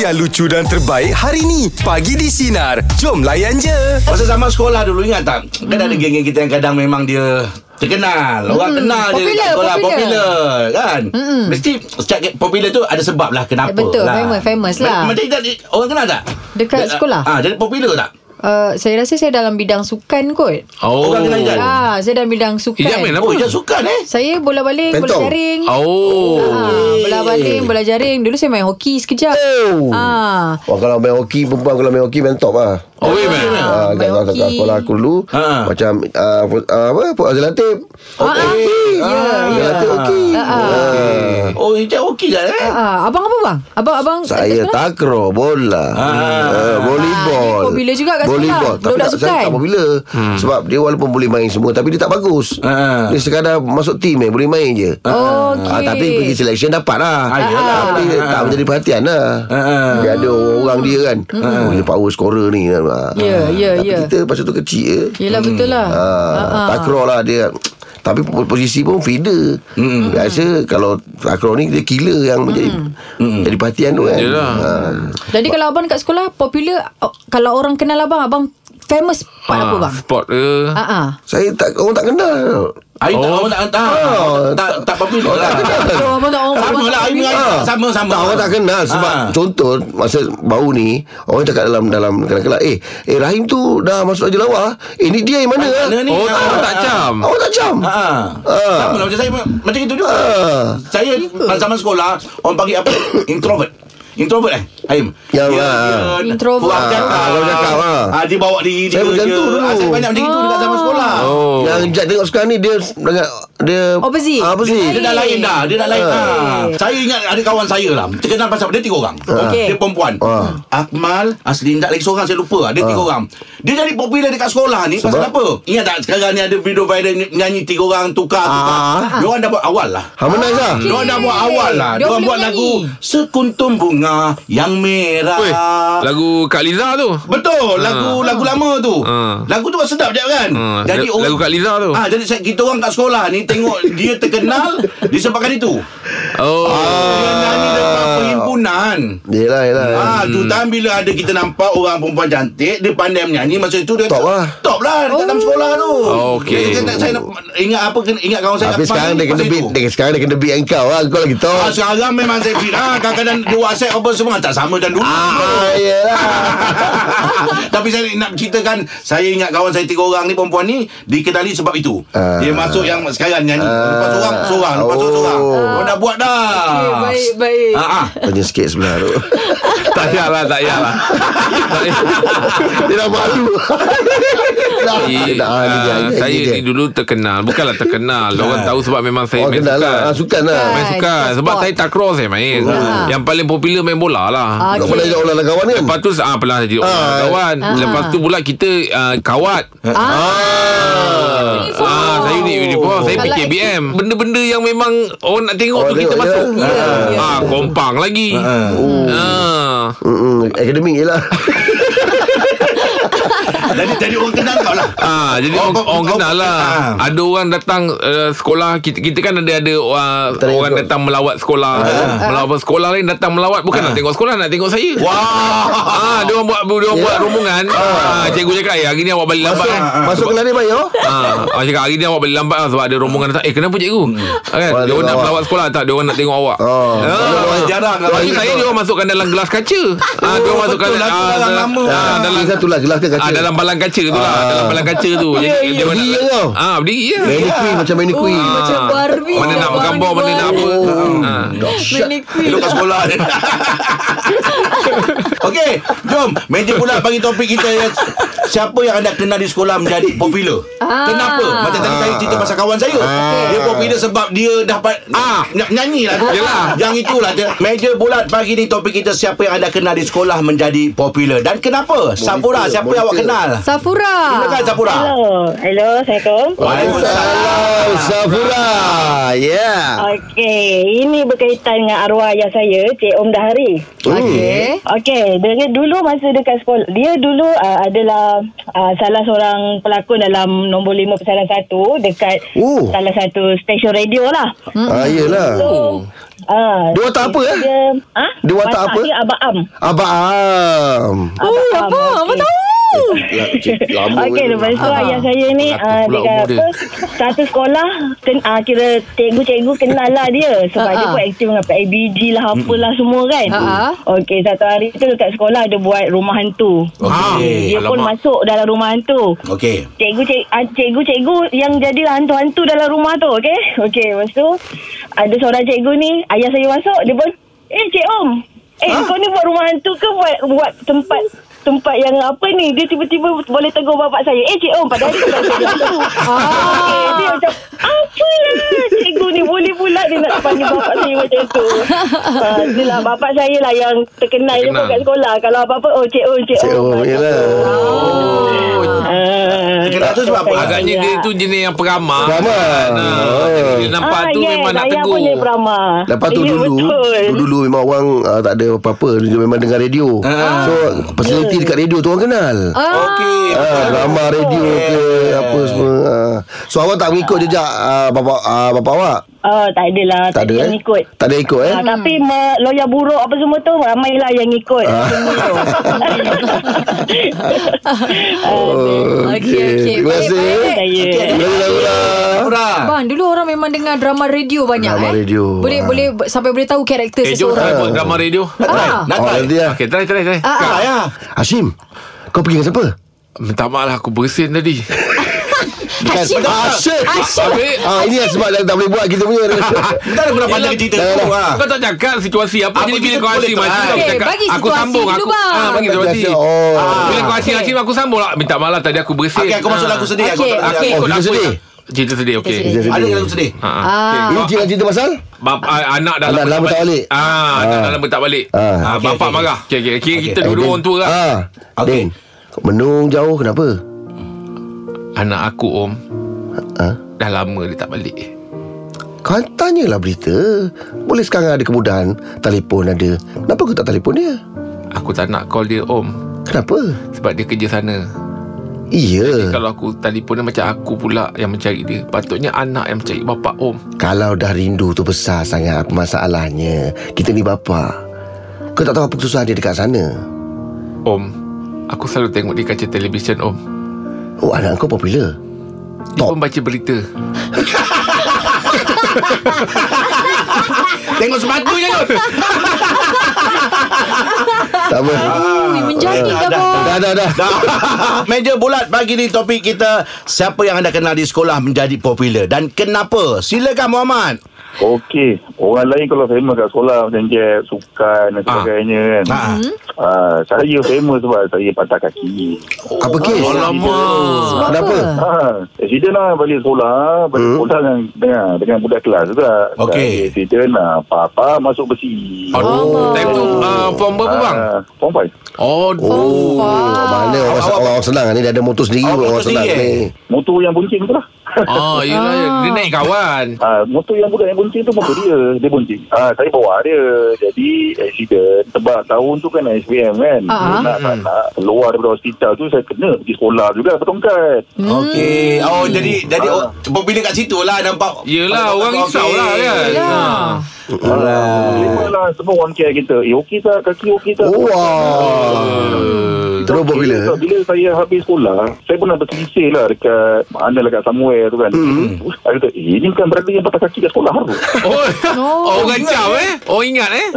yang lucu dan terbaik hari ni. Pagi di Sinar. Jom layan je. Masa zaman sekolah dulu ingat tak? Kan Hmm. ada geng-geng kita yang kadang memang dia terkenal. Orang kenal dia Popular, dekat sekolah popular. Hmm. popular kan. Mesti setiap ke- popular tu ada sebab lah kenapa. Eh, Betul, lah. famous- famous Ma- lah. Macam kita orang kenal tak? Dekat Dia- sekolah? Ah, jadi popular tak? Uh, saya rasa saya dalam bidang sukan kot. Oh. Orang kenal Ijat. Ah, Hmm. saya dalam bidang sukan. Ijat main apa? Oh, dia sukan eh. Saya bola baling, Pentong. bola jaring. Oh. Ah, bola baling, bola jaring. Dulu saya main hoki sekejap. Oh. Ah. Wah kalau main hoki Perempuan kalau main hoki Main top lah Oh, weh, man. Ah, main kat kawasan hoki. sekolah aku dulu Ha. Macam ah, fu- ah, Apa Ah, Azil Latif Okey Ah, Ya, Ha, Azil Latif okey Ah. Oh, dia okey je eh. Ah, abang apa bang? Abang abang ya. Saya tak takraw Bola ah, Ah, ni Volleyball popular juga kat Volleyball sekolah. Tapi Budak tak, saya sukan. tak popular hmm. Sebab dia walaupun boleh main semua Tapi dia tak bagus Ah. Dia sekadar masuk tim eh Boleh main je Oh, Okey. Ah, tapi pergi selection dapat lah Ah, yelah. Tapi tak menjadi perhatian lah ah. Dia ada orang-orang dia kan oh, Dia power scorer ni ah. Hmm. Ya, ya, Tapi ya. kita pasal tu kecil je Yelah betul lah. ah, Takraw lah dia tapi po- posisi pun feeder Hmm. mm. Biasa kalau takraw ni Dia killer yang menjadi Hmm. Jadi perhatian tu kan Yelah. Ah. Jadi kalau abang dekat sekolah popular oh, kalau orang kenal abang abang famous part apa bang? Sport ke? Ah ah. Saya tak Orang tak kenal Hari Oh. tak orang tak tak tak tak popular lah. Oh, abang tak orang Sama abang lah tak Aimi popular. Ah. sama sama. Tak, orang tak kenal sebab Ah. contoh masa baru ni orang cakap dalam dalam kelas-kelas eh eh Rahim tu dah masuk aja lawa eh ni dia yang mana ah Mana ni? Oh, tak, Ah. tak cam. awak tak cam Ha. Ah. Sama lah macam saya Macam itu juga Ah. Saya pas zaman sekolah Orang panggil apa Introvert Introvert eh Aim Ya, ah. Introvert. Buat Ah, cakap kalau cakap, ah. Ah, Dia bawa diri Saya dia macam je. tu dulu. Ah, Saya banyak macam itu Dekat zaman sekolah Oh. yang Jad tengok sekarang ni dia dengan dia Opposite. ah, Dia opposite dah lain dah Dia dah lain ah. Saya ingat ada kawan saya lah Terkenal pasal Dia tiga orang Okey. Dia perempuan Ah. Akmal Aslinda Lagi seorang saya lupa Dia tiga orang Dia jadi popular dekat sekolah ni Pasal Sebab? apa Ingat tak sekarang ni ada video viral ny- Nyanyi tiga orang Ah. Tukar-tukar Dia orang dah buat awal lah Harmonize lah Okay. Diorang dah buat awal lah Diorang Diorang boleh buat menyanyi. lagu Sekuntum bunga Yang merah Weh, lagu Ah. Kak Liza tu. Betul Lagu lagu lama tu Ha. Lagu tu sedap je kan Ha, la- lagu Kak Liza tu. Ah, Jadi saya- kita orang kat sekolah ni Tengok dia terkenal Disebabkan itu Ah, Oh. Ah. Dia nyanyi depan perhimpunan Yelah yelah Ah, Hmm. tu time bila ada kita nampak orang perempuan cantik dia pandai menyanyi masa itu dia Top lah. top lah dekat dalam sekolah tu. Oh, okey. Dia kata, saya nak, ingat apa ingat kawan saya tapi Akmal sekarang ni dia kena pasal beat itu. dia, sekarang dia kena beat engkau lah kau lagi tahu Ah, sekarang memang saya fit ah, Kadang-kadang dia whatsapp apa semua Tak sama dan dulu ah yelah Tapi saya nak ceritakan Saya ingat kawan saya tiga orang ni Perempuan ni Dikenali sebab itu Ah. Dia masuk yang sekarang nyanyi Ah. Lepas seorang Seorang Lepas Oh. oh. seorang Orang dah buat dah Okey, baik, baik. ah, ah. Tanya sikit sebelah tu Tak payahlah, tak lah. payahlah. Tak payah. Dia dah malu Dah Eh, dah, ah, dia- ah, dia- Saya dia- ni dulu terkenal Bukanlah terkenal Orang tahu sebab memang saya Orang main kenal lah Ah, sukan Sukan lah Sukan. Main sukan Sukan Sebab sport. saya takraw saya main Yang paling popular main bola lah Ah, Kau pernah Okey. ajak orang lain kawan kan Lepas tu ah, Pernah jadi eh. orang kawan Lepas tu pula kita ah, Kawat Ah, Uniform. Ah, Saya ni uniform Saya Kalau PKBM Benda-benda yang memang Orang nak tengok Orang tu kita tengok je. masuk Ya, Oh. ya. Ah, Kompang lagi Ah. Mm-mm, Akademik je lah Jadi, jadi orang kenal kau lah Ah, jadi Oh, orang, kau- orang kau- kenal lah. ah. Ada orang datang uh, sekolah kita, kita kan ada ada uh, Tengok. orang datang melawat sekolah. Ah. Melawat sekolah lain datang melawat bukan nak tengok sekolah nak tengok saya. Wah Ya. Ah, dia orang buat dia orang buat rombongan. Ah, cikgu cakap, "Eh, hari ni awak balik lambat kan?" Masuk kelas dia bayar Ah, awak cakap hari ni awak balik lambat lah sebab ada rombongan datang. Eh, kenapa cikgu? Hmm. Ah, Kan? Wah, Dia orang nak awak. melawat sekolah tak? Dia orang nak tengok awak. Oh. Orang jarang Lepas tu saya dia orang masukkan dalam gelas kaca. Ah, dia orang betul masukkan lah, tu ah, dalam lama. ah, dalam Dalam satu lah Gelas ke kaca Ah, dalam balang kaca tu lah Dalam balang kaca tu Jadi ya. dia mana Berdiri je tau. Ah berdiri ya Ah. Maniqui Macam maniqui Oh, macam Barbie. Mana nak bergambar Mana nak apa Ah. Elok kat sekolah ni Okey Jom Meja pula bagi topik kita yang Siapa yang anda kenal di sekolah menjadi popular Ah. Kenapa Macam tadi saya cerita pasal kawan saya Dia popular sebab dia dapat ah. Ah. Nyanyi lah Yelah. Yang itulah dia. Meja bulat pagi ni topik kita Siapa yang anda kenal di sekolah menjadi popular Dan kenapa Sapura Siapa yang awak monitor. kenal Safura. Silakan Sapura Hello, hello, Assalamualaikum. Waalaikumsalam Safura Yeah Okey, ini berkaitan dengan arwah ayah saya, Cik Om Dahari. Okey. Okey, dia dulu masa dekat sekolah, dia dulu uh, adalah uh, salah seorang pelakon dalam nombor 5 pesanan 1 dekat Oh. salah satu stesen radio lah. Ah, yelah. So, uh, Dia watak apa, eh? Dia, ha? Dia watak apa? Dia Abang Am. Abang Am. Oh, Abang apa? Am, Apa okey. tahu? Okey, lepas tu ayah saya ni Pelakon uh, Ah, pula umur dekat dia. apa, satu sekolah ken, uh, kira cikgu-cikgu kenal lah dia sebab Ah, dia ah. pun aktif dengan PABG lah apalah semua kan. Ah, ah. Okey, satu hari tu dekat sekolah dia buat rumah hantu. Ah. Okey. Dia pun masuk dalam rumah hantu. Okey. Cikgu, cik, ah, cikgu, cikgu yang jadi hantu-hantu dalam rumah tu, okey? Okey, lepas tu ada seorang cikgu ni, ayah saya masuk, dia pun, eh Cik Om, eh ha? kau ni buat rumah hantu ke buat, buat tempat tempat yang apa ni dia tiba-tiba boleh tegur bapak saya eh cik om pada hari tu saya hantu ah. dia macam apa lah cikgu ni boleh pula dia nak panggil bapak saya macam tu ah, itulah bapak saya lah yang terkenal, dia pun Terkenal. kat sekolah kalau apa-apa oh cik om cik, Cik om lah. Om, yelah. Oh, Ah. Terkenal tu sebab apa? Agaknya dia tu jenis yang peramah. Peramah. Nah, Oh. Dia Ah, nampak tu memang nak Saya tegur. pun jadi peramah. Lepas tu Ya, dulu betul. tu Dulu memang orang uh, Tak ada apa-apa Dia memang dengar radio Ah. So Personality dekat radio tu orang kenal Okey. Ah, drama radio ke apa semua. Ah. So awak tak mengikut jejak ah, bapa ah, bapa awak? Oh, tak adalah. Tak ada yang eh? ikut. Tak ada ikut eh? Ah, tapi me, loya buruk apa semua tu ramailah yang ikut. Ah. Ah, Okey, Oh. okey. Terima Baik, kasih. baik, baik. Saya. Murah. Abang, dulu orang memang dengar Ah. drama radio banyak Drama eh. radio. Boleh Ah. boleh sampai boleh tahu karakter Eh, jom try seseorang. buat drama radio. Ah. Nak Oh, try? nanti lah. Okay, try, try, try. Ah, Tak ya. Hashim, kau pergi dengan siapa? Minta maaf lah, aku bersin tadi. Hashim. Hashim. Asyik. Habis, Ah, ini lah sebab tak, tak boleh buat kita punya. Kita dah pernah pandang cerita tu ah. Kau tak cakap situasi apa, Apa Jadi bila kita kau boleh asyik try. macam tu, Okey, aku cakap, bagi aku situasi sambung dulu, aku. bang. Ah, bagi situasi. Oh. Bila kau asyik Okey. asyik aku sambung lah. Minta maaf lah tadi aku bersin. Okey, aku masuk Ah. lagu sedih. Aku Okey. Aku aku. Oh, ikut cerita lagu sedih? Cerita sedih, okey. Cerita sedih. Ada lagu sedih. Ah, ah. Ah. Okey, Ini kau- cerita cerita pasal? Bap, ah, anak dah Anak lama tak balik. Ah, anak Ah. dah lama tak balik. Ah. Ah, Okey, bapak okey, marah. Okey, okey. Okey, kita Eh, dua-dua Din. orang tua lah. Ah. Okey. Din, kau menung jauh kenapa? Anak aku, Om, Ah. dah lama dia tak balik. Kau tanyalah berita Boleh sekarang ada kemudahan Telefon ada Kenapa kau tak telefon dia? Aku tak nak call dia, Om. Kenapa? Sebab dia kerja sana. Iya Kalau aku telefon dia macam aku pula yang mencari dia. Patutnya anak yang mencari bapak, Om. Kalau dah rindu tu besar sangat Apa masalahnya Kita ni bapa Kau tak tahu apa kesusahan dia dekat sana Om, aku selalu tengok di kaca televisyen, Om. Oh anak kau popular Dia Tok. pun baca berita. Tengok sepatu je kot. Tak apa Ui, Eh, menjadi dah, Abang. Dah dah dah Dah. Meja bulat pagi ni topik kita siapa yang anda kenal di sekolah menjadi popular dan kenapa? Silakan Muhammad. Okey, orang lain kalau famous kat sekolah macam jab, sukan dan sebagainya kan. Ha. Ha. Ah, saya famous sebab saya patah kaki. Oh, Apa kes? Alamak. Kenapa? Ha, accident lah balik sekolah, balik hmm. sekolah dengan, dengan, dengan budak kelas juga. Okey. Saya accident lah, apa-apa masuk besi. Oh. Aduh, time tu ah, form berapa, bang? Ah, Form 5. Oh, Oh Mana orang, orang, orang senang ni Dia ada motor Awak sendiri Orang, motor orang senang sendiri, ni eh? Motor yang buncing tu lah. Ah, yelah, dia naik kawan. Ah, motor yang budak yang buncing tu motor dia. Dia buncing. Ah, saya bawa dia. Jadi, accident. Sebab tahun tu kan SPM kan. Ah. Hmm. Nak, tak nak. Keluar daripada hospital tu, saya kena pergi sekolah juga kan? bertongkat. Okey. Oh jadi jadi oh, popular kat situ lah nampak. Yelah, orang risau lah kan. Yelah. Ah, Terima lah semua orang care kita. Eh, okey tak? Kaki okey tak? Oh wah Ah. Terus buat bila? Sebab bila saya habis sekolah, saya pernah berselisih lah dekat mana lah kat somewhere tu kan. Hmm. Saya kata, eh, ini kan berada yang patah kaki kat sekolah tu. Ah. Oh, No. oh orang jauh eh. Oh ingat eh.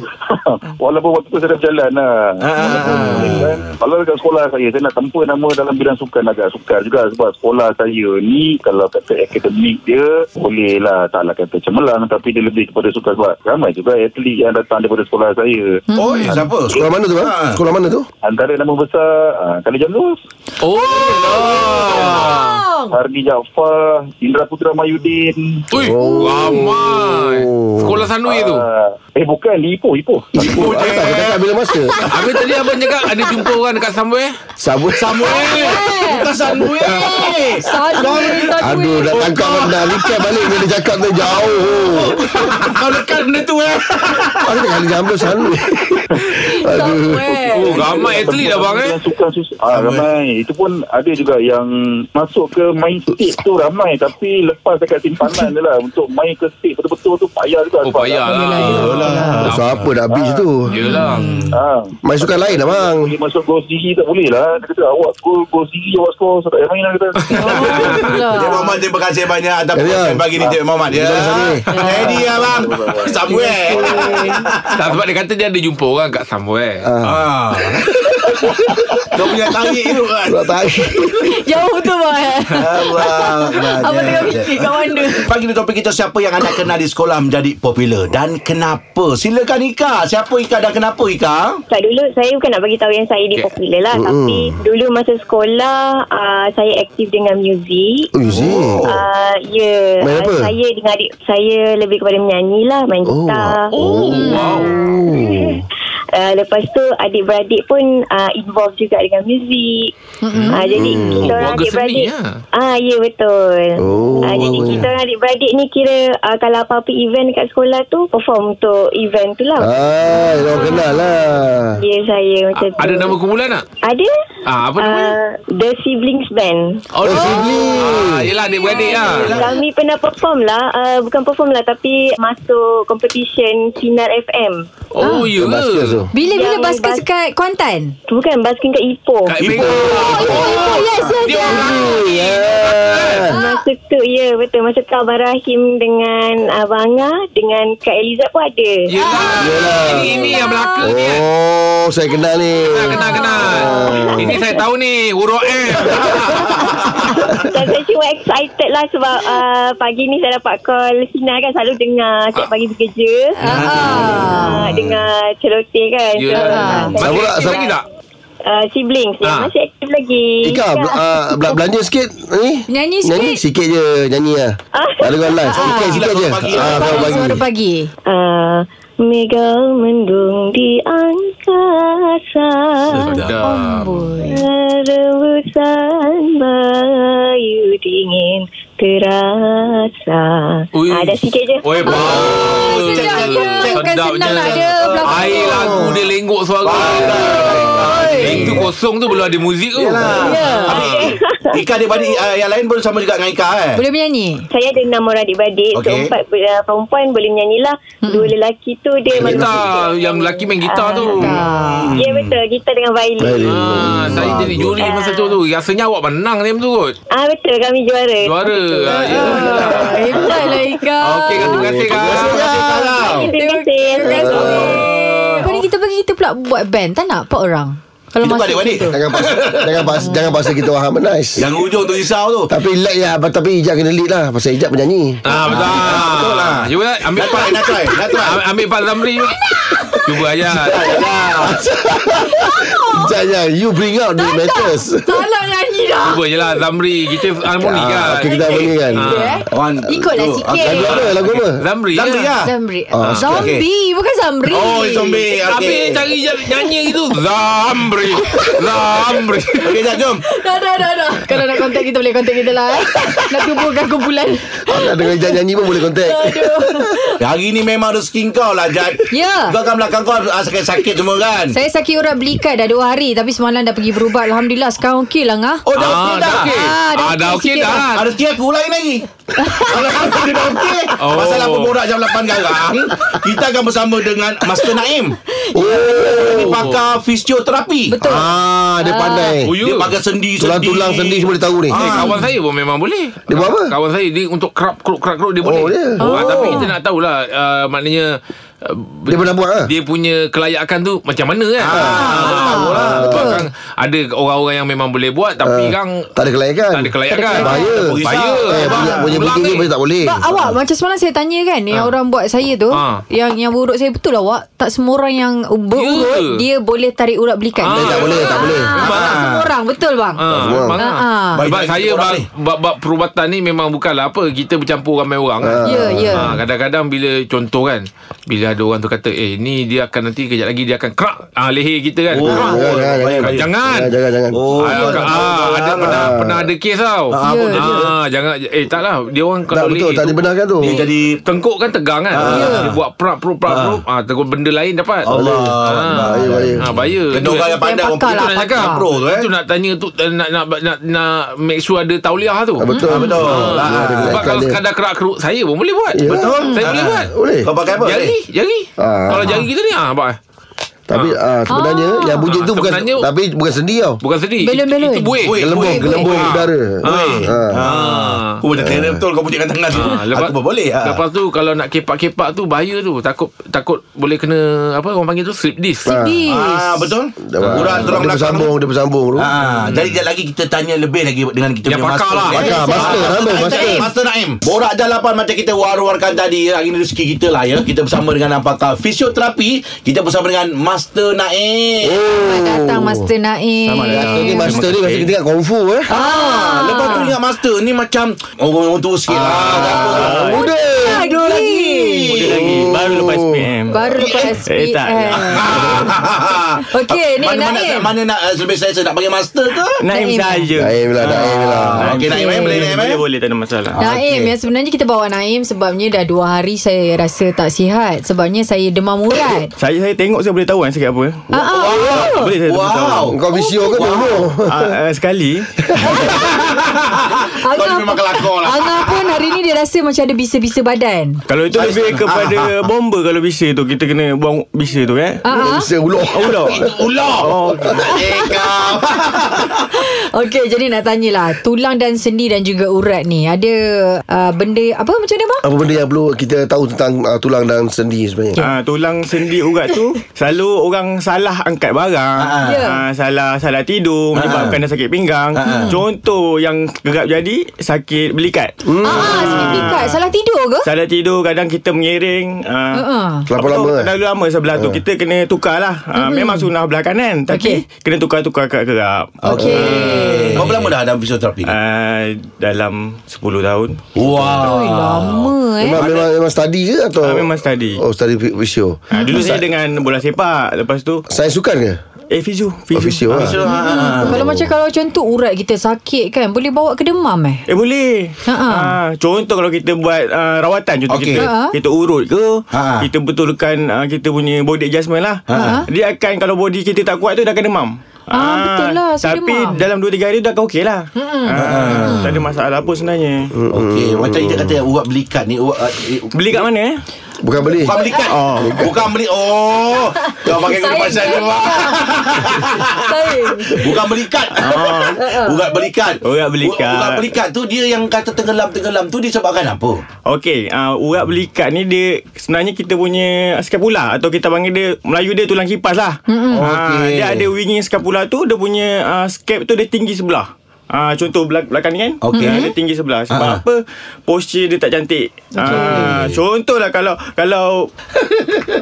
Walaupun waktu tu saya dah berjalan lah. Kan, Kalau dekat sekolah saya, saya nak tempa nama dalam bidang sukan agak sukar juga sebab sekolah saya ni kalau kata akademik dia boleh lah taklah kata cemerlang tapi dia lebih kepada sukan sebab ramai juga atlet yang datang daripada sekolah saya. Oh, eh, siapa? Sekolah mana tu? Ha? Ah. Sekolah mana tu? Antara nama besar ah, Kali Jamlus Oh. yelah. Oh. Abang. Hardi Jaafar Indra Putra Mayudin Ui, Oh. ramai. Sekolah Sanui tu. Ah, Eh bukan di Ipoh Ipoh Ibu je Aku cakap bila masa Habis tadi abang cakap ada jumpa orang dekat somewhere. Sama Sama Bukan Sanwi Eh, Sadui, sadui. eh. Aduh dah Oh, tangkap Dah recap balik Bila dia cakap tu jauh Kau dekat benda tu eh Aku tengah ada jambu sana Aduh Oh, Subway. ramai atlet kan? abang eh. Sukan susah ah, Ramai Itu pun ada juga yang Masuk ke main stage tu ramai Tapi lepas dekat simpanan je lah Untuk main ke stage betul-betul tu payah juga Oh, payah lah. Ah, Siapa dah habis tu Yelah. ha, Main sukan lain abang Boleh masuk gol sendiri tak boleh lah Dia kata awak gol Gol sendiri E, awak skor So tak payah main lah kata Oh, itulah. Cik Muhammad terima kasih banyak Atas Ya, perkongsian ya. pagi ni Cik Muhammad ya. Jadi abang Samuel Tak sebab dia kata dia ada jumpa orang kat somewhere. Ah. Kau punya tarik tu kan Pula tak Jauh tu bang eh. Allah Abang tengah fikir kat mana. Pagi ni topik kita Siapa yang anda kenal di sekolah Menjadi popular Dan kenapa Silakan Ika Siapa Ika dan kenapa Ika Sebab dulu saya bukan nak bagi tahu yang saya di Okay. popular lah mm-hmm. tapi dulu masa sekolah uh, saya aktif dengan muzik. Oh Yuzi Uh, ya, Main yeah. apa? uh, saya dengan adik saya lebih kepada menyanyi lah, main Oh. gitar. Oh, wow. Uh, lepas tu adik-beradik pun uh, involved juga dengan muzik. Mm-hmm. Uh, jadi kita Oh, orang keluarga seni, adik-beradik. ya? Ah, ya betul. Oh, Ah, jadi bagus. kita orang adik-beradik ni kira uh, kalau apa-apa event kat sekolah tu perform untuk event tu lah. Ah, orang kenal lah Ya saya macam tu. Ada nama kumpulan tak? Ada. Ah, apa namanya? Uh, The Siblings Band. Oh, oh sibling. Ah, yelah adik-beradik lah. Kami pernah perform lah uh, Bukan perform lah Tapi masuk competition Sinar FM Oh, ya ke? Basket tu Bila-bila Yang basket bas- sekat Kuantan? Bukan basking kat Ipoh Kat Ipoh. Oh, oh, yes, yes, Dia yes. orang. lah. ya. Ah. Masa tu ya betul Masa tu Abang Rahim Dengan Abang Angah Dengan Kak Eliza pun ada Ya. Yelah. Ini, ini yang belaka ni kan. Oh, saya kenal ni Ah. Kenal, kenal. Ini saya tahu ni. Huruf M. Dan saya cuma excited lah Sebab uh, Pagi ni saya dapat call Sinar kan selalu dengar Setiap pagi bekerja Ah, Ah. uh, Dengar celoteh kan Ya. So, Yelah. saya- Sama tak, Masih sama- lagi tak? uh, Siblings Ah. yang Masih aktif lagi Ika, bel- ah, bel- belanja sikit ni. Nyanyi Nyanyi sikit je, nyanyi lah. Ah. Ada kau live, sikit-sikit je. Ah, kau Bangun bagi. suara pagi. Ah, Mega mendung di angkasa Dah. Rebusan bayu dingin terasa Ui. ah, Dah sikit je Oi, bagus. Sedapnya. Bukan Sedapnya. senang nak ada belakang. Air lagu dia lenggok suara. Itu kosong tu belum ada muzik tu. Ya. Ika dia balik uh, Yang lain pun sama juga dengan Ika eh Boleh menyanyi? Saya ada enam orang adik-beradik okay. So Okey. empat uh, perempuan boleh menyanyi lah Dua lelaki tu dia Gitar. Yang lelaki main gitar tu. Ya yeah, betul Gitar dengan Violin. violin Ah, saya jadi juri masa tu tu. Rasanya awak menang ni tu kot. Ah betul kami juara Juara. Ah, ya. Ah, Hebatlah Ika. Okey, terima kasih kak. Terima kasih Terima kasih. Kau ni kita pergi kita pula buat band. Tak nak empat orang. Kita Kalau buat masuk adik-adik. gitu. Jangan paksa, jangan paksa, jangan paksa kita orang harmonize. Yang hujung tu risau tu Tapi lead ya, tapi Ijab kena lead lah. Pasal Ijab penyanyi. Ah, betul. Betul lah. Cuba ambil Nak part. try Nak try Nak try Am- Ambil part Zamri. Cuba aja. Ijab je, you bring out the matters. Tak nak nyanyi dah. Cuba je lah Zamri. Kita harmoni kan. Ah, okay, kita harmoni kan. Kita, eh. One, Ikutlah two. sikit. Lagu apa, lagu apa? Zamri. Zamri ya. lah Zamri. Ah, Zombie. Bukan Zamri. Oh zombie Habis Okay cari jam- nyanyi gitu Zamri Zamri Okay jap jom Dah, dah, dah, dah. Kalau nak kontak kita boleh kontak kita lah. eh. Nak tubuhkan kumpulan. Nak dengar Ijab nyanyi pun boleh kontak. Aduh. Hari ni memang rezeki kau lah Jad Ya. Kau kan belakang kau ah, sakit-sakit semua kan Saya sakit urat belikat dah dua hari. Tapi semalam dah pergi berubat. Alhamdulillah sekarang okey lah ngah. Oh dah okey dah okey Ah, dah Ah, Dah okey okey sikit lah. dah Ada rezeki aku lain lagi Kalau aku dia dah okey Oh. Pasal apa borak jam 8 garang Kita akan bersama dengan Master Naim Oh, Dia pakar fisioterapi Betul. ah, dia pandai. Oh ya Dia pakai sendi-sendi Tulang-tulang sendi semua dia tahu ni. Eh, kawan saya pun memang boleh. Dia buat apa? Oh. Kawan saya dia untuk kerap keruk kerap keruk dia boleh. dia. Ah, tapi kita nak tahulah uh, maknanya uh, Dia pernah buat lah. Dia punya kelayakan tu macam mana kan? Ah, ah, Sebab kan ada orang-orang yang memang boleh buat Ah, tapi kan tak ada kelayakan. tak ada kelayakan. Bahaya. Bahaya. Eh, punya- punya Belang bunyi ni. pun tak boleh. Ba- awak macam semalam saya tanya kan yang orang buat saya tu Eh, Ah. yang yang urut saya betul lah awak tak semua orang yang berurut Ya. dia boleh tarik urap belikan. Ah. Eh, tak boleh, tak boleh. Ah, Memang. tak semua orang betul bang. Ah, semua. memang ah. Ah. Baik, Sebab jadi saya kita orang bab, ni. bab, bab perubatan ni memang bukanlah apa kita bercampur ramai orang. Ah. kan. Ya, ya. Ah, kadang-kadang bila contoh kan bila ada orang tu kata eh ni dia akan nanti kejap lagi dia akan krak ah leher kita kan. Oh, Krak. Jangan, jangan, jangan. Jangan. Jangan, jangan. Oh, ah, betul. ah, ada pernah Ah. pernah ada kes tau. Ah, apa Ah, jangan eh taklah dia orang Tak kalau betul, leher tak tu- dibenarkan tu. Dia jadi Tengkuk kan tegang kan Dia buat prap prap prap prap ah. Tengkuk benda lain dapat Allah. Bahaya, bahaya. Ah, bahaya Kena Tu orang yang pandai orang pakar pakar lah, nak cakap pakar. pro tu eh. Itu nak tanya tu eh, Nak nak nak, nak make sure ada tauliah tu Ah, Betul. Ah, betul. Ah, Dia ada Sebab kelayakan kalau dia. sekadar kerak keruk Saya pun boleh buat Ya. Betul? Hmm. Saya Ah, boleh buat Boleh. Kau pakai apa? Jari Jari Ah. Kalau jari kita ni ah, Abang Tapi ah, sebenarnya Ah. yang bunyi Ah, tu bukan sebenarnya- tapi bukan sendi tau. Bukan sedih Belon-belon. Itu buih Buih. Gelembung, Weh, gelembung weh. udara. Weh. Ah. Ah. Aku macam kena betul kau bunyikan tangan tu. Ah, Aku pun boleh. ah. Lepas tu kalau nak kepak-kepak tu bahaya tu. Takut takut boleh kena apa orang panggil tu slip disc. Ah. Di. Ah betul. Dah, Kurang dia tulang belakang. bersambung, dia bersambung tu. Ah, jadi sekejap lagi kita tanya lebih lagi dengan kita Yang pakar lah. Pakar, master, tambah, master. Master Naim. Borak jalapan macam kita war-warkan tadi ya. Hari ni rezeki kita lah ya. Kita bersama dengan yang pakar fisioterapi, kita bersama dengan Master Naim. Selamat datang Master Naim. Selamat datang. Ni Terima master ni kasih. masa kita kat kungfu eh. Ah, lepas tu ingat master ni macam orang-orang tua sikit lah. tak apa lah. Ah, Muda. Oh. Lagi. Muda lagi Baru lepas PM Baru lepas Eh, tak. SPM. Okey, ni mana, mana, Naim. mana nak uh, lebih saya nak panggil master ke? Naim Naim. saja Naim lah, naim lah. Okey, Naim, eh, boleh, Naim, eh? Boleh boleh tak ada masalah Ah, Naim yang sebenarnya kita bawa Naim sebabnya dah dua hari saya rasa tak sihat sebabnya saya demam urat. Saya saya tengok saya boleh tahu kan sikit apa Ah, ah, Tak Boleh saya boleh tahu Wow. Kau visio ke dulu? Ah, ah, Sekali Kau ni Angah memang kelakor lah. ah. Angah pun hari ni dia rasa macam ada bisa-bisa badan. Kalau itu lebih kepada Bomber kalau bisa tu Kita kena buang bisa tu kan Ah, ah. Bisa ulok. Udah Ular. Oh, eh kau. Okey, jadi nak tanyalah tulang dan sendi dan juga urat ni ada uh, benda apa macam mana bang? Apa benda yang perlu kita tahu tentang ah, tulang dan sendi sebenarnya? Ah, tulang sendi urat tu Selalu orang salah angkat barang ah, Ya. Salah salah tidur Menyebabkan dia sakit pinggang Contoh yang kerap jadi Sakit belikat Ah, ah sakit pikat. Salah tidur ke? Hmm. Salah tidur kadang kita mengiring ah, Uh-uh. Kelapa lama, eh? Terlalu lama sebelah tu Kita kena tukar lah Ah, Memang sunah belah kanan Tapi Mm-hmm. Okey. Kena tukar-tukar kerap-kerap Okey. Berapa lama dah dalam fisioterapi? Ah, Dalam 10 tahun Wow. Oi, lama eh. Memang memang memang study ke atau? Ah, memang study. Oh, study fi- visio. Oh. Ah, Dulu saya dengan bola sepak Lepas tu Saya sukan ke? Eh Fizu Oh, visio lah. Ah. Kalau macam kalau macam tu urat kita sakit kan boleh bawa ke demam eh. Eh boleh. Ha, ha. Ah, contoh kalau kita buat uh, rawatan contoh Okey. kita Ha, ha. kita urut ke, Ha, ha. kita betulkan uh, kita punya body adjustment lah. Ha, ha. Dia akan kalau body kita tak kuat tu dah akan demam. Ah, betul lah, saya Tapi demam. dalam 2 3 hari dah akan okey lah. Hmm. Tak ada masalah pun sebenarnya. Okey, macam dia kata uap belikat ni uap uh, Beli kat mana eh? Bukan beli. Bukan belikat. Oh. Bukan beli. Oh. Kau pakai kena pasal saya- tu. lah. Ah. Saya. Bukan belikat. Bukan belikat. Urat belikat. Urat belikat tu dia yang kata tenggelam-tenggelam tu disebabkan apa? Okey, uh, urat belikat ni dia sebenarnya kita punya scapula atau kita panggil dia Melayu dia tulang kipas lah. Mm-hmm. Okey. dia ada winging scapula tu dia punya uh, scap tu dia tinggi sebelah. Ah uh, contoh belak- belakang ni kan Okey. Ah, Dia tinggi sebelah Sebab Ah. apa Posture dia tak cantik Ah Contoh lah kalau Kalau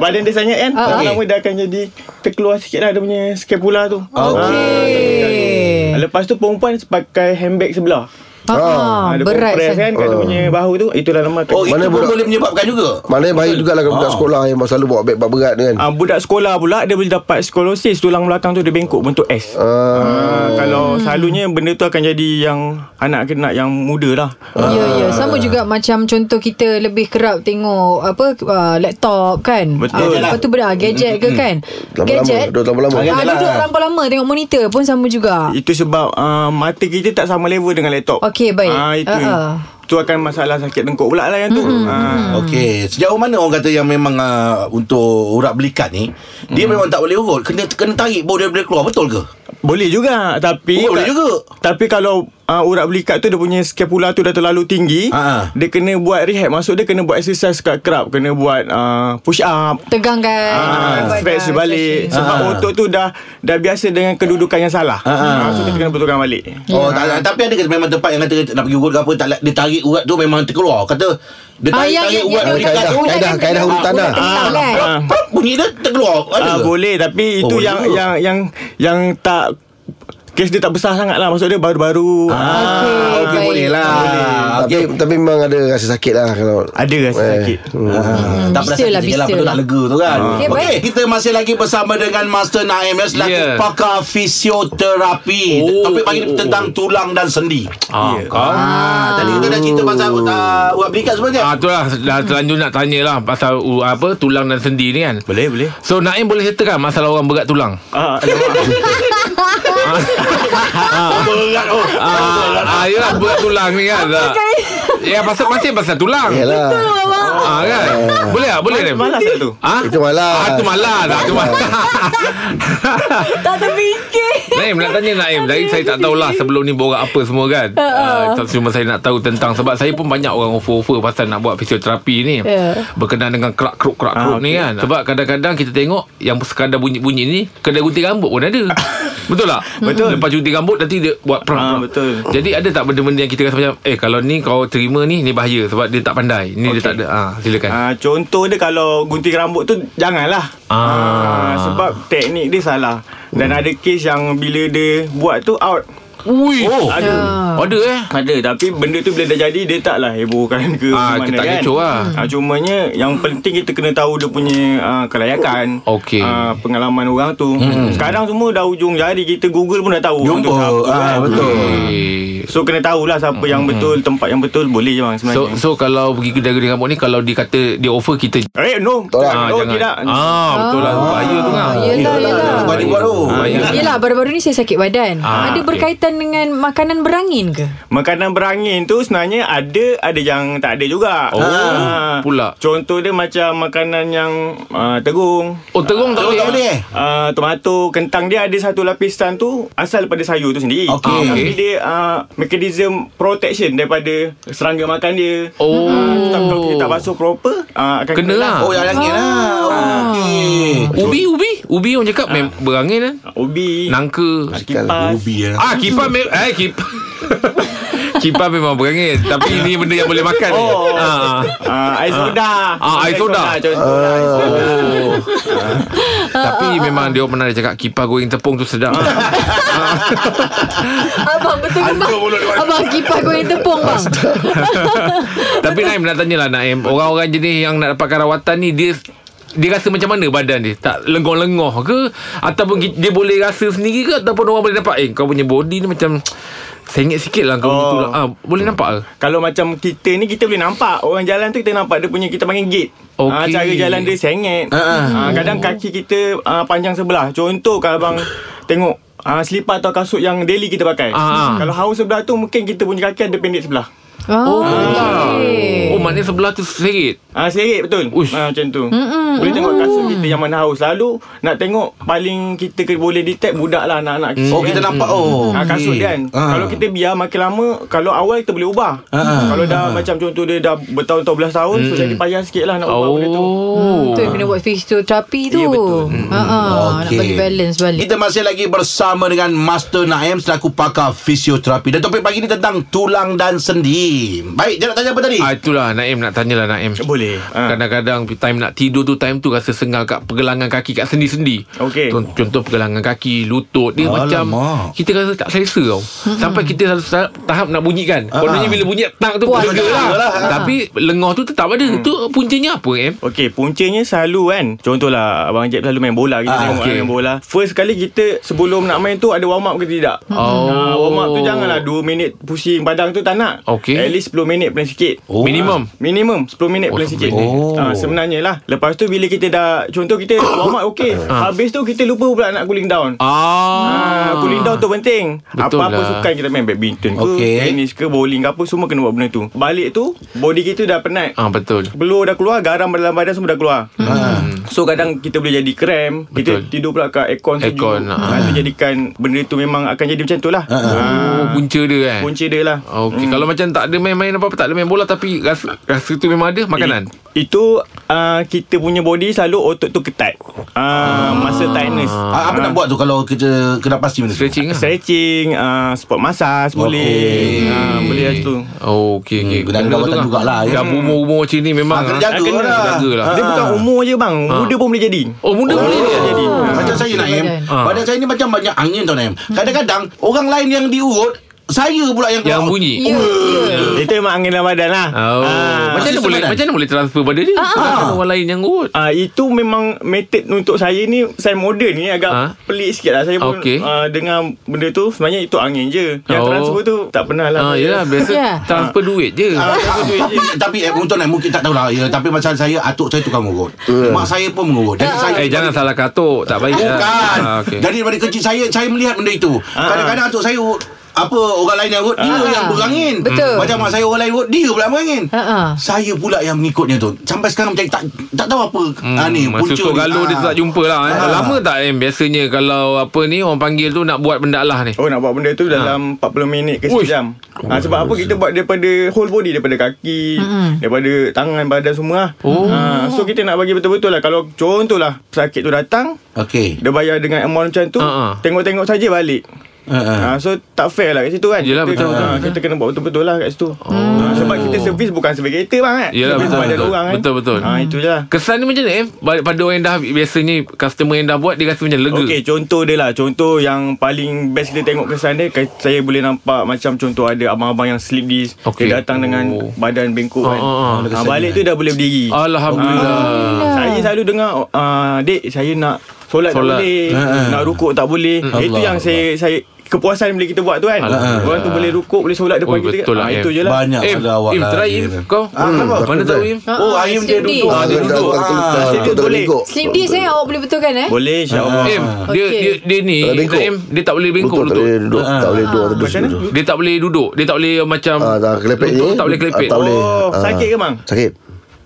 Badan dia sangat kan Ah. Lama-lama dia akan jadi Terkeluar sikit lah Dia punya scapula tu Ah, Okey. Ah, Lepas tu perempuan Pakai handbag sebelah Ah, ah, Ah, dia berat compress saya. kan Kat dia punya bahu tu Itulah lemak Oh, Mana itu Mana pun budak- boleh menyebabkan juga. Maknanya bahaya jugalah kalau Ah. budak sekolah yang selalu bawa beg berat kan. Ah uh, budak sekolah pula dia boleh dapat skolosis tulang belakang tu dia bengkok bentuk S. Ah, Uh. Ah, Uh, kalau hmm. selalunya benda tu akan jadi yang anak kena yang muda lah. Ya ya sama juga macam contoh kita lebih kerap tengok apa uh, laptop kan. Betul. Ah, lepas tu benda gadget ke kan. Lama-lama, Gadget. duduk lama-lama. Agak- Ah, duduk lampau lama tengok monitor pun sama juga. Itu sebab uh, mata kita tak sama level dengan laptop. Okey, baik. Ah uh, itu. Ah, Hmm, ah. Uh. Tu akan masalah sakit tengkuk pula lah yang tu. Mm-hmm. Uh. Okey, sejauh mana orang kata yang memang uh, untuk urat belikat ni, dia memang tak boleh urut, kena kena tarik baru dia boleh keluar, betul ke? Boleh juga tapi Oh, boleh juga. Tapi kalau uh, urat belikat tu dia punya scapula tu dah terlalu tinggi, Ah, ah. dia kena buat rehab. Maksud dia kena buat exercise kat kerap, kena buat uh, push up. Tegangkan Ah, buat, ah, stretch balik stretching. sebab Ah. otot tu dah dah biasa dengan kedudukan yang salah. Ah, so kita kena betulkan balik. Oh, tak, tak, tapi ada ke memang tempat yang kata nak pergi urut ke apa tak dia tarik urat tu memang terkeluar. Kata dia Ah, tarik, ya, tarik ya, urat ya, dia ya, dekat kaedah- tu. urat kaedah- dia kaedah tengah- hutan urat lah. tengah Ah, kan? pop, pop, bunyi dia terkeluar. Ada Ah, ke? boleh tapi itu Oh, oh, yang boleh. yang yang yang tak kes dia tak besar sangat lah maksud dia baru-baru. Ah. Ah, okey baik. boleh lah. Tapi Okey. tapi memang ada rasa sakit lah kalau Hmm. Ada rasa sakit. Ah, tak pernah bisa sakit lah, je lah bisa Betul lah. nak lega tu kan Okey, Okey, baik. Kita masih lagi bersama dengan Master Naim Yang selaku Ya. pakar fisioterapi Oh, Topik pagi ni oh, oh, tentang oh. tulang dan sendi Ah, kau. Ah, Tadi kita dah cerita pasal uh, Uap berikat sebenarnya Ah, itulah dah terlanjur nak tanyalah pasal uh, apa tulang dan sendi ni kan. Boleh boleh. So Naim boleh ceritakan masalah orang berat tulang. Ah, alamak. Berat oh Ah, ah yalah berat tulang ni kan. Ah. Ya pasal masih pasal tulang. Yalah Ah kan. Boleh tak? Boleh Naim. Malas tak tu? Ah? Itu malas. Ah, tu malas. Ah, tu malas. Tak terfikir Naim nak tanya Naim Dari saya tak tahulah Sebelum ni borak apa semua kan uh, Cuma saya nak tahu tentang Sebab saya pun banyak orang offer-offer Pasal nak buat fisioterapi ni Ya. Berkenaan dengan kerak-keruk-kerak keruk Ah, ni kan Sebab kadang-kadang kita tengok Yang sekadar bunyi-bunyi ni Kedai gunting rambut pun ada Betul tak? Betul Lepas gunting rambut Nanti dia buat perang, Ah, perang. betul. Jadi ada tak benda-benda yang kita rasa macam Eh kalau ni kau terima ni Ni bahaya Sebab dia tak pandai Ni okay. dia Okey. tak ada ah, Silakan Ah, contoh dia kalau gunting rambut tu janganlah. Ah. sebab teknik dia salah. Dan ada kes yang bila dia buat tu out. Ui oh. Ya. Ada. Ada eh Ada tapi benda tu bila dah jadi dia taklah hebohkan ke Ah, mana tak kan. kecoh lah. Ah, cumanya yang penting kita kena tahu dia punya ah, kelayakan. Okey. Ah, pengalaman orang tu. Hmm. Sekarang semua dah ujung jari kita Google pun dah tahu orang tu Jumpa siapa ah, kan. Betul Eh. So kena tahulah siapa yang betul, tempat yang betul boleh je bang Hmm. So sebenarnya. so kalau pergi kedai gunting rambut ni kalau dikata dia offer kita eh no, Tolak. no tidak. Ah betul lah bahaya tu kan. Yelah, yelah. Buat di buat tu Bahaya. Yelah baru-baru ni saya sakit badan Ah, Ada okey. berkaitan dengan Makanan berangin ke? Makanan berangin tu sebenarnya ada ada yang tak ada juga. Ah. Oh, pula. Contoh dia macam makanan yang uh, tegung. Oh terung tak Tahu tak boleh boleh. eh Uh, tomato, kentang dia ada satu lapisan tu asal daripada sayur tu sendiri. Okey. Ah, Tapi dia uh, mekanism protection daripada serangga makan dia. Oh. Uh, kalau kita tak basuh proper uh, akan Kena lah. Oh yang langit lah Ah. Okey Ubi ubi ubi orang cakap mem berangin kan. Ubi, Nangka. kipas. Ubi Ah kipas mem eh kipas. kipas memang berangin tapi ini benda yang boleh makan. ni. Oh. Ah. Uh, air soda. Ah, air soda. Contoh lah, air soda. Tapi memang dia pernah dia cakap kipas goreng tepung tu sedap. Abang betul ke bang? Abang kipas goreng tepung bang Tapi Naim nak tanyalah Naim Orang-orang jenis yang nak dapatkan rawatan ni Dia dia rasa macam mana badan dia? Tak lengoh-lengoh ke? Ataupun ki- dia boleh rasa sendiri ke? Ataupun orang boleh nampak Eh kau punya body ni macam Sengit sikit lah kau oh. Oh. gitu lah. Ah, boleh nampak ke? Kalau macam kita ni Kita boleh nampak Orang jalan tu kita nampak Dia punya kita panggil gate Okey. Ah, Cara jalan dia sengit Ah, uh, Kadang kaki kita uh, Panjang sebelah Contoh kalau abang Tengok uh, Selipar atau kasut yang daily kita pakai Ah. Kalau haus sebelah tu Mungkin kita punya kaki ada pendek sebelah Oh, Oh maknanya sebelah tu serit Ah serik betul. Uish. Ah macam tu. Mm-mm. Boleh tengok kasut kita yang mana haus. Lalu nak tengok paling kita ke- boleh detect budak lah anak-anak kecil. Oh kita kan. nampak Oh Ah, kasut okey. kan Ah. Kalau kita biar makin lama Kalau awal kita boleh ubah Ah, Kalau dah macam contoh dia dah Bertahun-tahun belas tahun So jadi payah sikit lah nak ubah benda tu Oh Hmm, Tu yang kena buat fisioterapi tu Ya, betul. Ha ah, Nak Okey. bagi balance balik Kita masih lagi bersama dengan Master Naim selaku pakar fisioterapi. Dan topik pagi ni tentang tulang dan sendi. Baik, dia nak tanya apa tadi? ah, Itulah Naim nak tanyalah Naim Eh. Boleh ha. Kadang-kadang time nak tidur tu Time tu rasa sengal kat pergelangan kaki Kat sendi-sendi Okey. Con- Contoh pergelangan kaki Lutut Dia Alamak. macam Kita rasa tak selesa tau Sampai kita selalu sa- tahap nak bunyikan Ah. Kononnya bila bunyi Tang tu Puas. lega lah. Tapi lengoh tu tetap Mm. ada Tu puncanya apa em? Okey, puncanya selalu kan Contohlah Abang Jeb selalu main bola Kita Ah, tengok okey. okay. main bola First kali kita Sebelum nak main tu Ada warm up ke tidak Oh. Ah, Warm up tu janganlah 2 minit pusing padang tu tak nak Okey. At least 10 minit paling sikit Ah, Minimum Minimum Minimum 10 minit Oh, paling sikit sepuluh minit. Ah, Sebenarnya lah Lepas tu bila kita dah Contoh kita warm up okay Habis tu kita lupa pula nak cooling down Ah, Ah, cooling down tu penting Betul Apa-apa lah. sukan kita main Badminton ke Okey. Tenis ke bowling ke apa Semua kena buat benda tu Balik tu Body kita dah penat Ah betul. Belur dah keluar Garam dalam badan semua dah keluar Ah. hmm. So kadang kita boleh jadi krem Betul. Kita tidur pula kat aircon sejuk Aircon, ah. ha. Itu jadikan Benda tu memang akan jadi macam tu lah Ah, Oh, ha. punca dia kan. Punca dia lah Okey, kalau macam tak ada main-main apa-apa, tak ada main bola tapi rasa, rasa tu memang ada makanan. I- Itu uh, kita punya body selalu otot tu ketat. Uh, Ah. Masa tightness. Ah, Apa nak buat tu kalau kita kena Ah, pasti benda tu? Stretching lah. Stretching, uh, sport massage boleh. Uh, boleh macam tu. Oh, okey okey. Hmm, kenan gawatan jugalah, ya. Dah umur-umur macam ni memang. Ah, kena ah, jaga kena lah. jaga lah. Dia bukan umur je bang, muda pun boleh jadi. Oh, Ah. muda boleh ya, dia. Jadi. Macam saya nak Naim Ah. Badan saya ni macam banyak angin tau Naim Kadang-kadang Orang lain yang diurut Saya pula yang Yang keluar. bunyi. Ya, ya. Itu memang angin dalam badan lah. Oh. macam mana sistem boleh badan. macam mana boleh transfer pada dia? Takkan orang lain yang urut. Ah uh, itu memang method untuk saya ni saya moden ni agak Ah. ha? pelik sikit lah saya pun Okey. uh, dengar benda tu sebenarnya itu angin je Oh. yang oh. transfer tu tak pernah lah Ah, yelah biasa Ya. transfer duit je. Ah, tapi, tapi eh, untuk Naim Mungkin tak tahulah ya, Tapi macam saya Atuk saya tukang urut Mak saya pun mengurut Jadi saya Ah. Eh jangan salah katuk, tak baik. lah. Eh, Bukan Ah, okey. Ah. Dari daripada kecil saya Saya melihat benda itu Kadang-kadang atuk saya urut apa orang lain yang urut dia yang berangin Betul. Ah, macam mak saya orang lain urut dia pula berangin Ha-ha. saya pula yang mengikutnya tu sampai sekarang macam tak tak tahu apa hmm, ah, ni Masa tu galau dia tu tak jumpa lah eh. Ah. Lama tak eh Biasanya kalau apa ni Orang panggil tu nak buat benda lah ni Oh nak buat benda tu dalam 40 minit ke Ah. Uish. sejam. Ha, sebab apa kita buat daripada whole body daripada kaki, daripada tangan, badan semua lah. Oh. Ha, so kita nak bagi betul-betul lah kalau contohlah sakit tu datang okey dia bayar dengan amount macam tu, Ha, ha. tengok-tengok saja balik. Ha, ha. Ha, so tak fair lah kat situ kan. Yelah, betul, kita, betul, ha, betul. kita kena buat betul-betul lah kat situ. Oh. Ha, sebab kita servis bukan servis kereta bang kan. Yelah, Servis betul, badan betul. orang kan. Betul, betul. Ha, itu je lah. Kesan ni macam ni eh Ba- Pada orang yang dah Biasanya Customer yang dah buat Dia rasa macam lega Okey, contoh dia lah. Contoh yang paling best kita tengok kesan dia, ke- saya boleh nampak macam contoh ada abang-abang yang sleep dis. Okey. Okay. Dia datang dengan Oh. badan bengkok kan. Ah, ah, ah. Ah, balik tu dah boleh berdiri. Alhamdulillah Ah, saya selalu dengar, ah, dek saya nak solat, Solat. Ha, Hmm. tak boleh, nak rukuk tak boleh. Eh, Itu yang saya saya kepuasan bila kita buat tu kan. Alah. Orang tu boleh rukuk, boleh solat depan Oi, kita. Ha, betul lah, Ah, Im. itu je lah. banyak Im, ada awak Im lah try dia Im tu. Kau Mana tahu Im oh ayam dia Sleep duduk disc. Ah, dia duduk tak Situ boleh. Slim D saya awak boleh betulkan eh? Ah, Boleh, insyaAllah. Ya, Im dia, Okey. dia, dia ni Tak bengkok. Im Dia tak boleh bengkok Betul tak lutut boleh duduk Tak boleh duduk atas Macam mana? duduk. Dia tak boleh duduk Dia tak boleh macam Ah, tak kelepek ni. lutut Tak boleh kelepek Ah, tak boleh. Oh, Ah. sakit ke, bang? Sakit.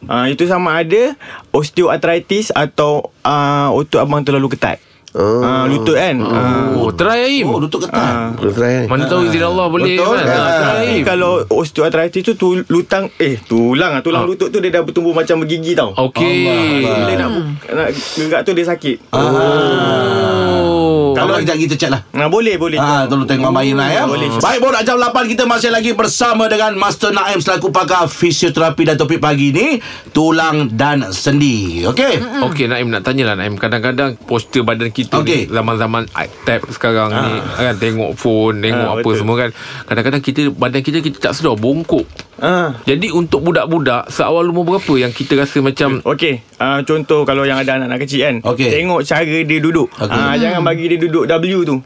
Ah itu sama ada osteoarthritis atau ah otot abang terlalu ketat. Oh. Ah lutut kan. Oh try Im oh duduk ketat Boleh try ni. Mana tahu izin Allah boleh Betul. kan Ah, Ah, Try tapi Im kalau osteoarthritis tu, tu lutang eh tulang ah Ah. tulang lutut tu dia dah bertumbuh macam bergigi tau. Okey Bila nak bu- nak gerak tu dia sakit. Oh Ah. kalau tidak kita chat lah Nah boleh boleh. Ah, tolong tengok main lah ya. Boleh. Baik, borak jam 8 kita masih lagi bersama dengan Master Naim selaku pakar fisioterapi dan topik pagi ni tulang dan sendi. Okey. Okey Naim nak tanyalah Naim Kadang-kadang poster badan kita Okey. ni Zaman-zaman tab sekarang ni kan Tengok phone Tengok Ah, apa betul. semua kan Kadang-kadang kita Badan kita kita tak sedar Bongkok Ah. Jadi untuk budak-budak Seawal umur berapa Yang kita rasa macam Okey, uh, contoh kalau yang ada anak-anak kecil kan. Okey. Tengok cara dia duduk. Okey. Hmm. Ah jangan bagi dia duduk W tu.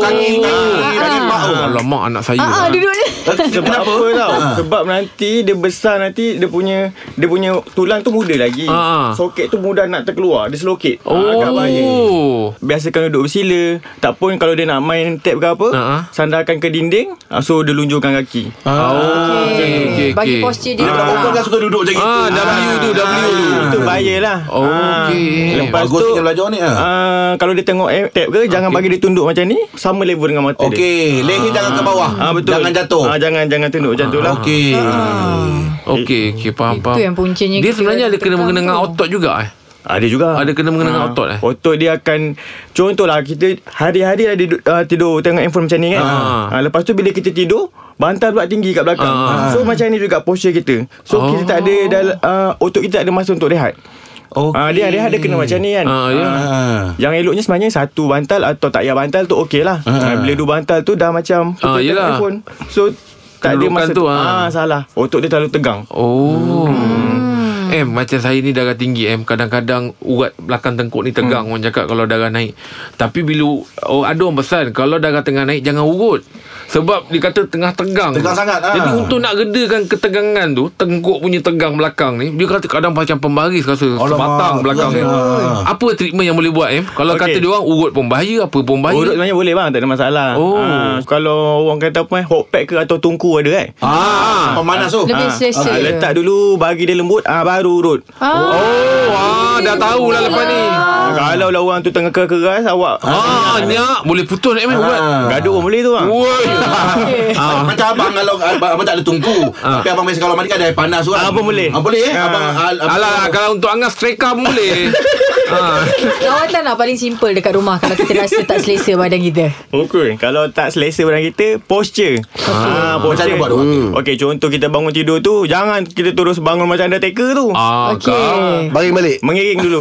Oh, kaki kaki kaki mak. tu. Ah, Alamak anak saya Ah, ah, kan. duduk ni. Sebab Eh, Kenapa? apa tau Ha. Sebab nanti Dia besar nanti Dia punya Dia punya tulang tu muda lagi Ha. Soket tu mudah nak terkeluar Dia selokit Oh Ah, agak bahaya Biasakan duduk bersila Tak pun kalau dia nak main tap ke apa Ha. Sandarkan ke dinding ah, So dia lunjurkan kaki Ah. Ah. Oh Okey okey Bagi okey. posture Dia dia. dekat pokok kan suka duduk macam itu. Ah W tu W tu Itu bahaya lah Oh, Ah, okey. Lepas Bagus tu kita belajar ni ah. ah, Kalau dia tengok eh, tap ke Jangan bagi dia tunduk macam ni Sama level dengan mata dia Okey, leher jangan ke bawah. Ah betul. Jangan jatuh. Ah, Ah jangan jangan tunduk macam tu lah. Okey. Okey okey faham Itu faham yang puncanya Dia kita sebenarnya ada kena tekan mengena dengan tu. otot juga eh Ada Ah, juga. Ada kena mengena dengan Ah, otot eh Otot dia akan Contohlah Kita hari-hari ada duduk, uh, tidur Tengok handphone macam ni kan Ah. Ah, Lepas tu bila kita tidur Bantal pula tinggi kat belakang Ah. So macam ni juga posture kita So Oh. kita tak ada dal- uh, Otot kita tak ada masa untuk rehat Okey. Ah, Dia rehat dia kena macam ni kan Ah, ya. Ah. Yang eloknya sebenarnya Satu bantal atau tak payah bantal tu okey lah Ah. Ah, Bila dua bantal tu dah macam Ah, kita tengok yelah. handphone. So tak ada Kedudukan masa tu, tu ah. ah. salah Otot dia terlalu tegang Oh. Hmm. Em macam saya ni darah tinggi em kadang-kadang urat belakang tengkuk ni tegang Hmm. orang cakap kalau darah naik. Tapi bila oh, ada orang pesan kalau darah tengah naik jangan urut. Sebab dia kata tengah tegang Tegang sangat, ah. Jadi untuk nak gedakan ketegangan tu Tengkuk punya tegang belakang ni Dia kata kadang macam pembaris Rasa Alamak, sebatang belakang ni ya. Apa treatment yang boleh buat eh Kalau Okey. kata dia orang urut pun bahaya Apa pun bahaya Ah. Urut sebenarnya boleh bang Tak ada masalah Oh. Ah, Kalau orang kata apa eh, Hot pack ke atau tungku ada kan Ah, pemanas tu. Lebih Ah, selesa. ah, Letak dulu Bagi dia lembut ah, Baru urut Ah. Oh ah, Dah tahulah lepas ni ah. Kalau lah orang tu tengah keras Awak Ah, nyak boleh putus nak main urat. Ah. Gaduh pun boleh tu bang Woi. Ah. Macam abang kalau abang, abang tak ada tungku. Tapi abang biasa kalau mandi kan ada air panas tu kan. Ah, pun boleh. Ah, boleh eh? Ah. Abang al, abang- Alah kalau untuk angas striker pun boleh. ha. Rawatan lah paling simple dekat rumah kalau kita rasa tak selesa badan kita. Okey, kalau tak selesa badan kita, posture. Ah, Macam mana buat tu? Hmm. Okey, contoh kita bangun tidur tu, jangan kita terus bangun macam Undertaker tu. Ah. Ah, Okey. Ah, Baring balik Mengiring dulu.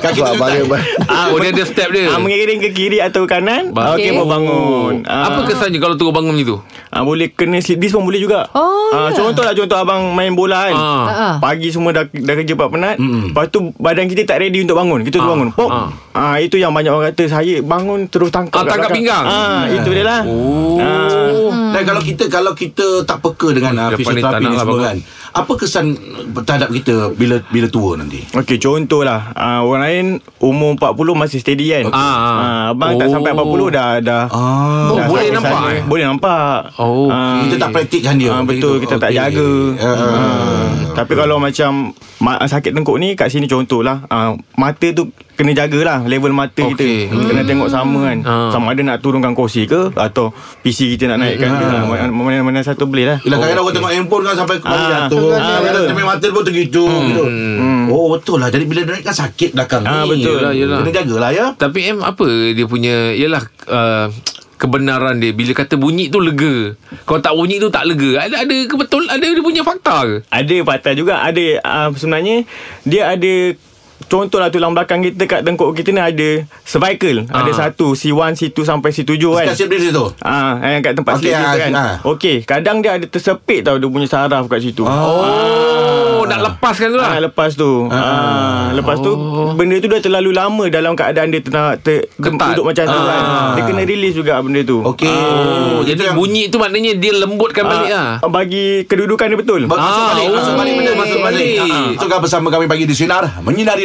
Kaki Sebab tu baring balik Ah, oh, dia ada step dia. ah, mengiring ke kiri atau kanan. Ba- Okey, Okey. baru bangun. Ah, Apa kesannya kalau turun bangun macam tu? Ah, boleh kena sleep disc pun boleh juga. Oh, ah, ya. contoh lah contoh abang main bola kan. Ah. Ah. Pagi semua dah dah kerja part penat. Mm. Lepas tu badan kita tak ready untuk bangun. Kita tu bangun. Pop. Ah. Ah. itu yang banyak orang kata saya bangun terus Ah, tangkap. kat tangkap belakang. pinggang. Hmm. Ah, itu dia lah. Oh. Dan kalau kita kalau kita tak peka dengan ah, Depan ni tak fisioterapi nak ni lah semua bangun. kan. Apa kesan terhadap kita bila bila tua nanti? Okey contohlah uh, Orang lain Umur 40 masih steady kan Ah, ah. Ah, Abang Oh. tak sampai 40 Dah Ah. dah, dah Oh, boleh sampai nampak, eh? Boleh nampak Oh, Ah, Kita tak praktikkan dia. ah, Betul kita tak Okey. jaga Ah. Ah, Tapi kalau macam ma- Sakit tengkuk ni Kat sini contohlah ah, Mata tu Kena jagalah Level mata Okey. kita Hmm. Kena tengok sama kan Ah. Sama ada nak turunkan kursi ke Atau PC kita nak naikkan Hmm. ke Ah, mana- Mana mana satu boleh lah Yelah kadang-kadang orang tengok handphone kan sampai kepala Ah, jatuh. betul. Ah, betul. Sampai mata pun tergitu. gitu. Oh betul lah. Jadi bila naik kan sakit belakang Ah, ni. betul. Yelah, yelah. Kena jagalah ya. Tapi M apa dia punya Yalah uh, Kebenaran dia Bila kata bunyi tu lega Kalau tak bunyi tu tak lega Ada ada kebetul Ada dia punya fakta ke Ada patah juga Ada uh, Sebenarnya Dia ada Contohlah tulang belakang kita Kat tengkuk kita ni ada Cervical Ah. Ada satu C1, C2 sampai C7 kan Kasih beri situ. Ah, yang kat tempat Okey, okay, sleep kita ah, kan. ah. Okey, kadang dia ada tersepit tau dia punya saraf kat situ. Oh. Oh Nak lepaskan tu lah Ah, lepas tu. Ah, lepas tu Oh. benda tu dah terlalu lama dalam keadaan dia tengah ter, Ketat. duduk macam tu kan. Dia kena release juga benda tu. Ah. Okey. Oh, jadi bunyi tu maknanya Dia lembutkan balik lah Ah, bagi kedudukan dia betul. Ba- Masuk Ah, balik, masuk okey. balik benda masuk balik. Balik. Ha. Tukar bersama kami pagi di Sinar, menyinari